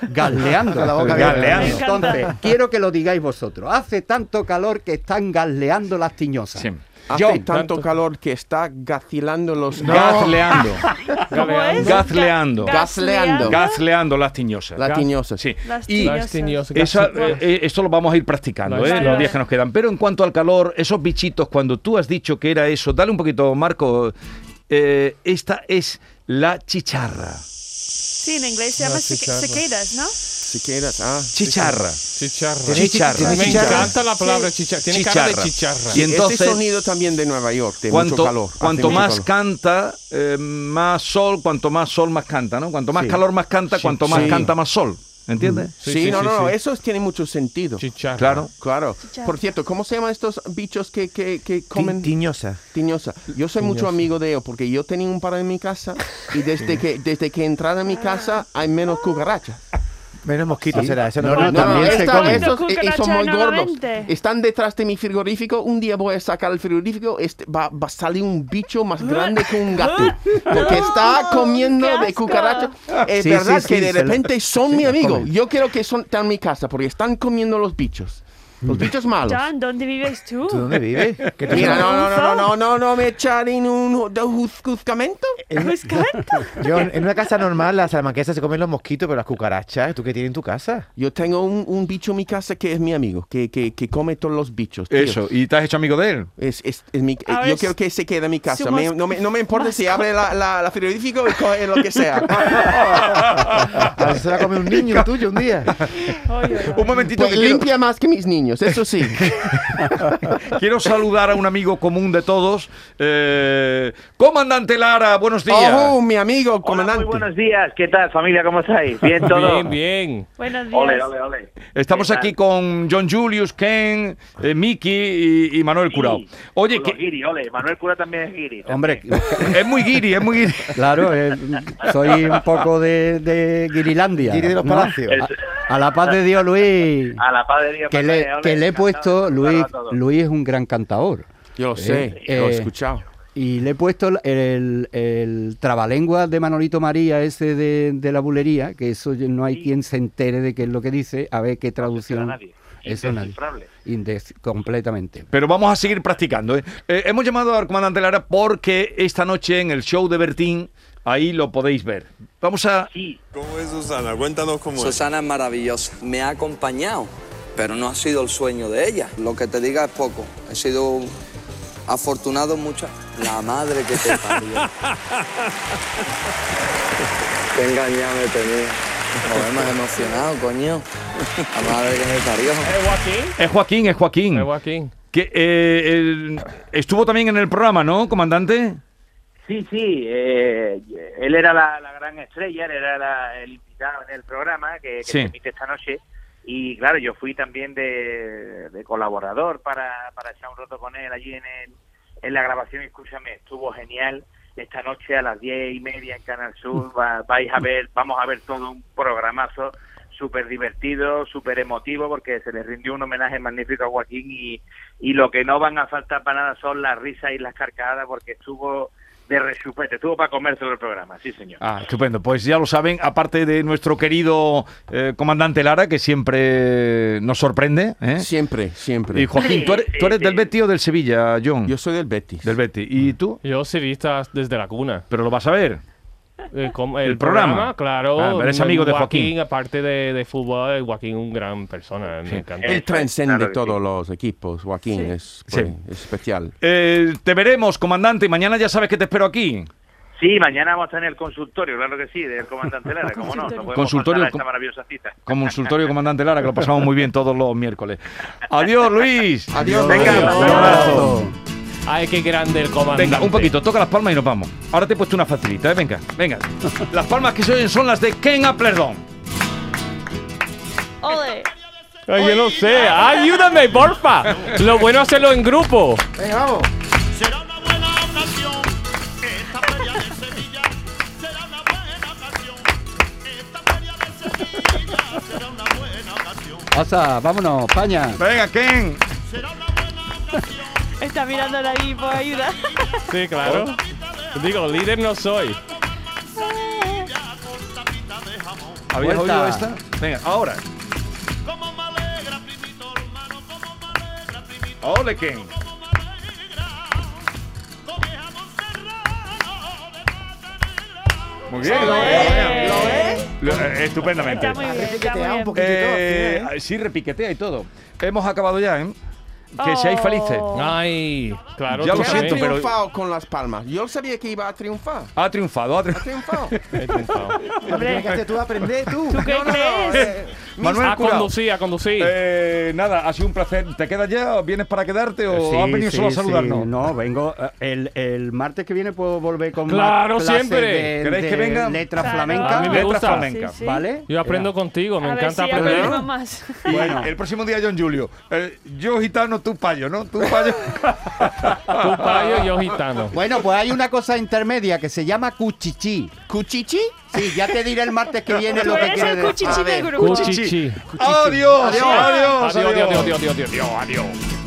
S7: gasleando.
S3: Con la boca abierta.
S1: Gasleando.
S2: Me encanta.
S7: Entonces, quiero que lo digáis vosotros. Hace tanto calor que están gasleando las tiñosas.
S1: Sí.
S4: Hace tanto, calor que está gacilando los.
S1: Gazleando.
S2: ¿Cómo es?
S1: Gazleando.
S2: Ga-
S4: Gazleando.
S1: Gazleando las tiñosas.
S4: La tiñosa.
S1: Sí.
S2: Las
S1: Y
S5: La
S2: tiñosas.
S5: estiñosa.
S1: Esa, eh, eh, esto lo vamos a ir practicando,
S5: Vale.
S1: ¿eh?
S5: Vale,
S1: los
S2: vale.
S1: días que nos quedan. Pero en cuanto al calor, esos bichitos, cuando tú has dicho que era eso, dale un poquito, Marco. eh, esta es la chicharra.
S2: Sí, en inglés se llama
S5: Las chicharras.
S2: cicadas, ¿no?
S4: Si quieras. Ah.
S1: Chicharra.
S5: Chicharra.
S1: Tenéis chicharra.
S5: Me
S3: Tenéis chicharra.
S5: encanta la palabra chicharra. Tiene cara
S1: Chicharra.
S5: de chicharra.
S1: Y
S4: este
S1: entonces,
S4: sonido también de Nueva York, de mucho
S1: cuanto,
S4: calor. hace
S1: cuanto
S4: mucho
S1: más
S4: calor.
S1: canta, eh, más sol, cuanto más sol, más canta, ¿no? Cuanto más
S7: Sí.
S1: calor, más canta, cuanto más
S4: Sí. Mm,
S1: canta, más sol. ¿Entiendes?
S4: Sí,
S5: Sí, sí,
S4: no,
S5: sí,
S4: no, no,
S5: sí.
S4: eso tiene mucho sentido.
S5: Chicharra.
S1: Claro.
S4: Claro. Por cierto, ¿cómo se llaman estos bichos que, que, que comen?
S3: Ti- Tiñosa.
S4: Tiñosa. Yo soy mucho amigo de ellos porque yo tenía un par en mi casa y desde que desde que entraron a mi casa hay menos cucarachas.
S3: Menos mosquitos será. Eso no,
S7: No, no,
S3: no,
S7: también se
S4: esta-
S7: comen.
S4: esos- y- y son muy
S2: Cucaracha
S4: gordos.
S2: nuevamente.
S4: Están detrás de mi frigorífico. Un día voy a sacar el frigorífico. Este, va, va a salir un bicho más grande que un gato. Porque está comiendo
S2: qué
S4: de
S2: asco.
S4: cucaracha. Es
S3: Sí,
S4: verdad
S3: sí,
S4: que
S3: sí,
S4: de
S3: se lo-
S4: repente son
S3: sí,
S4: mi
S3: lo
S4: amigo.
S3: comen.
S4: Yo quiero que son, están en mi casa porque están comiendo los bichos. Los bichos malos.
S2: John, ¿dónde vives tú?
S3: ¿Tú dónde vives? ¿Qué Mm. te
S4: Mira, no, no, no,
S2: Ufa.
S4: no, no, no me echar en un de juz- juzgamento.
S3: Yo, en una casa normal, las salamanquesas se comen los mosquitos, pero las cucarachas, ¿tú qué tienes en tu casa?
S4: Yo tengo un, un bicho en mi casa que es mi amigo, que, que, que come todos los bichos. tío.
S1: Eso. ¿Y te has hecho amigo de él?
S4: Es, es, es mi, eh,
S2: Ahora
S4: yo
S2: es
S4: quiero que se quede en mi casa.
S2: su
S4: Me-
S2: mas-
S4: no, me, no me importa si abre la, la, la frigorífico y coge lo que sea. Pues,
S3: A veces se la come un niño tuyo un día.
S2: Oye,
S1: Un momentito
S4: Pues
S1: que quiero-
S4: limpia más que mis niños, eso sí.
S1: Quiero saludar a un amigo común de todos. eh, Comandante Lara, buenos días.
S4: Oh, mi amigo,
S9: Hola,
S4: comandante.
S9: muy buenos días. ¿Qué tal, familia? ¿Cómo estáis? Bien, todo.
S5: Bien, bien.
S2: Buenos días.
S9: Ole, ole, ole.
S1: Estamos
S9: ¿Qué tal?
S1: aquí con John Julius, Ken, eh, Miki y, y Manuel
S9: Sí,
S1: Curao. Oye,
S9: con los
S1: que-
S9: guiri, ole. Manuel Cura también es guiri.
S7: Hombre,
S1: es muy guiri, es muy guiri.
S7: claro, eh, soy un poco de, de Guirilandia.
S3: Guiri de los palacios.
S7: A, a la paz de Dios, Luis.
S9: A la padre de Dios.
S7: Que le,
S9: padre, ole,
S7: que le he
S9: encantado
S7: puesto,
S9: de saludaros
S7: Luis,
S9: a todos.
S7: Luis es un gran cantador.
S4: Yo lo sé,
S7: Eh,
S4: lo he
S7: eh,
S4: escuchado.
S7: Y le he puesto el, el, el trabalengua de Manolito María, ese de, de la bulería, que eso yo- no hay quien se entere de qué es lo que dice, a ver qué
S9: Pero
S7: traducción.
S9: nadie.
S7: Eso nadie.
S9: Indescifrable.
S7: Indes- completamente.
S1: Pero vamos a seguir practicando. ¿eh? Eh, hemos llamado al comandante Lara porque esta noche en el show de Bertín, ahí lo podéis ver. Vamos a...
S9: Sí,
S10: ¿Cómo es Susana? Cuéntanos cómo es.
S11: Susana es maravillosa, me ha acompañado, pero no ha sido el sueño de ella. Lo que te diga es poco. He sido afortunado mucho. La madre que te parió. Qué engañado me tenía. Joder, me has emocionado, coño. La madre que me parió.
S1: Es eh, Joaquín, es Joaquín. Es
S5: Joaquín.
S1: Que, eh, el- estuvo también en el programa, ¿no, comandante?
S9: Sí, sí, eh, él era la, la gran estrella, él era la- el invitado en el programa que, que
S1: Sí.
S9: se emite esta noche. Y claro, yo fui también de, de colaborador para, para echar un rato con él allí en, el- en la grabación. Escúchame, estuvo genial. Esta noche a las diez y media en Canal Sur va- vais a ver, vamos a ver todo un programazo súper divertido, súper emotivo, porque se le rindió un homenaje magnífico a Joaquín y, y lo que no van a faltar para nada son las risas y las carcajadas, porque estuvo de rechupete, estuvo para comer todo el programa, sí señor.
S1: Ah, estupendo. Pues ya lo saben, aparte de nuestro querido eh, comandante Lara, que siempre nos sorprende. ¿eh?
S4: Siempre, siempre.
S1: Y Joaquín, ¿tú eres, tú eres del Betis o del Sevilla, John? Yo
S4: soy del Betis.
S1: Del Betis. ¿Y tú?
S5: Yo sevista desde la cuna.
S1: ¿Pero lo vas a ver?
S5: Eh, com-
S1: ¿El programa?
S5: claro.
S1: Ah, pero eres amigo de Joaquín.
S5: Aparte de, de fútbol, eh, Joaquín un gran persona. eh, Me encanta.
S4: Él transcende todos los equipos, Joaquín, es,
S1: Sí.
S4: pues, es especial.
S1: Eh, te veremos, comandante. Mañana ya sabes que te espero aquí.
S9: Sí, mañana vamos a tener el consultorio, claro que sí, del comandante Lara, como no, no podemos
S1: Consultorio,
S9: faltar a
S1: com-
S9: esta maravillosa cita.
S1: Consultorio comandante Lara, que lo pasamos muy bien todos los miércoles. Adiós, Luis.
S4: Adiós,
S1: Venga,
S5: Luis.
S1: un abrazo.
S5: Ay, qué grande el comandante.
S1: Venga, un poquito, toca las palmas y nos vamos. Ahora te he puesto una facilita, ¿eh? venga, venga. Las palmas que se oyen son las de Ken Applerdon.
S2: Ole.
S5: Ay, yo no sé. Ayúdame, porfa. Lo bueno es hacerlo en grupo.
S4: Venga, vamos.
S7: Pasa, vámonos, España.
S1: Venga, Ken.
S2: Está mirando ahí por ayuda.
S5: Sí, claro. Digo, líder no soy.
S1: ¿Habías
S5: Vuelta.
S1: oído esta? Venga, ahora. Ole, Ken. Muy bien.
S2: ¿Lo
S1: Venga.
S2: ves?
S1: Lo- eh, Estupendamente.
S2: Está muy bien, está muy
S4: Repiquetea un
S2: bien.
S4: poquitito.
S1: Eh, sí, repiquetea y todo. Hemos acabado ya, ¿eh? Que seáis felices.
S5: Ay, claro.
S1: Ya
S5: tú
S1: lo
S4: Ya ha
S1: siento, pero
S4: triunfado con las palmas. Yo sabía que iba a triunfar.
S1: ha triunfado. Ha
S4: Ha
S1: triunfado.
S4: triunfado.
S5: también.
S4: Lo que tienes que hacer tú es aprender, tú.
S2: ¿Tú qué
S4: No, no, no,
S2: crees?
S4: eh,
S1: Manuel
S5: A
S1: Curao.
S5: conducir, a conducir.
S1: Eh, nada, ha sido un placer. ¿Te quedas ya? ¿O ¿Vienes para quedarte o
S7: Eh, Sí,
S1: has venido
S7: sí,
S1: solo a
S7: sí.
S1: saludarnos?
S7: No, vengo. eh, El, el martes que viene puedo volver con
S5: Claro,
S7: más clases
S5: siempre.
S7: de-
S1: ¿Queréis que
S7: de
S1: venga?
S7: Letra
S2: Claro.
S7: flamenca.
S5: A mí me
S1: Letra
S5: gusta.
S1: flamenca.
S2: Sí, sí.
S7: ¿Vale?
S5: Yo aprendo contigo, me
S2: A ver si
S5: encanta aprender.
S2: aprendemos más.
S1: Y
S7: Bueno.
S1: El próximo día, John Julio. Eh, yo gitano, tú payo, ¿no? Tú payo.
S5: Tú payo, yo gitano.
S7: Bueno, pues hay una cosa intermedia que se llama cuchichí.
S4: ¿Cuchichi?
S7: Sí, ya te diré el martes que viene
S2: Tú
S7: lo que
S2: eres
S7: quiere
S2: el
S7: decir.
S2: cuchichi del grupo.
S5: Cuchichi.
S1: adiós, adiós,
S5: Adiós, adiós, adiós, adiós, adiós.
S1: adiós.